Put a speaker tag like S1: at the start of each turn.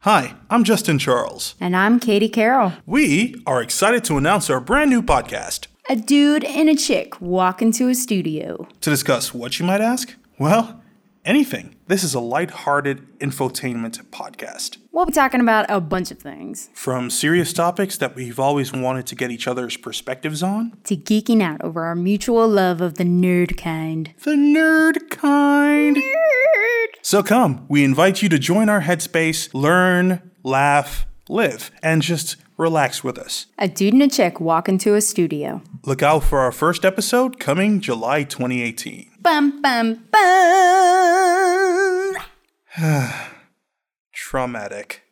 S1: Hi, I'm Justin Charles.
S2: And I'm Katie Carroll.
S1: We are excited to announce our brand new podcast
S2: A dude and a chick walk into a studio.
S1: to discuss what you might ask. Well, anything. This is a lighthearted infotainment podcast.
S2: We'll be talking about a bunch of things
S1: From serious topics that we've always wanted to get each other's perspectives on,
S2: to geeking out over our mutual love of the nerd kind.
S1: the nerd kind. So come, we invite you to join our headspace, learn, laugh, live, and just relax with us.
S2: A dude and a chick walk into a studio.
S1: Look out for our first episode coming July 2018.
S2: Bum, bum, bum.
S1: Traumatic.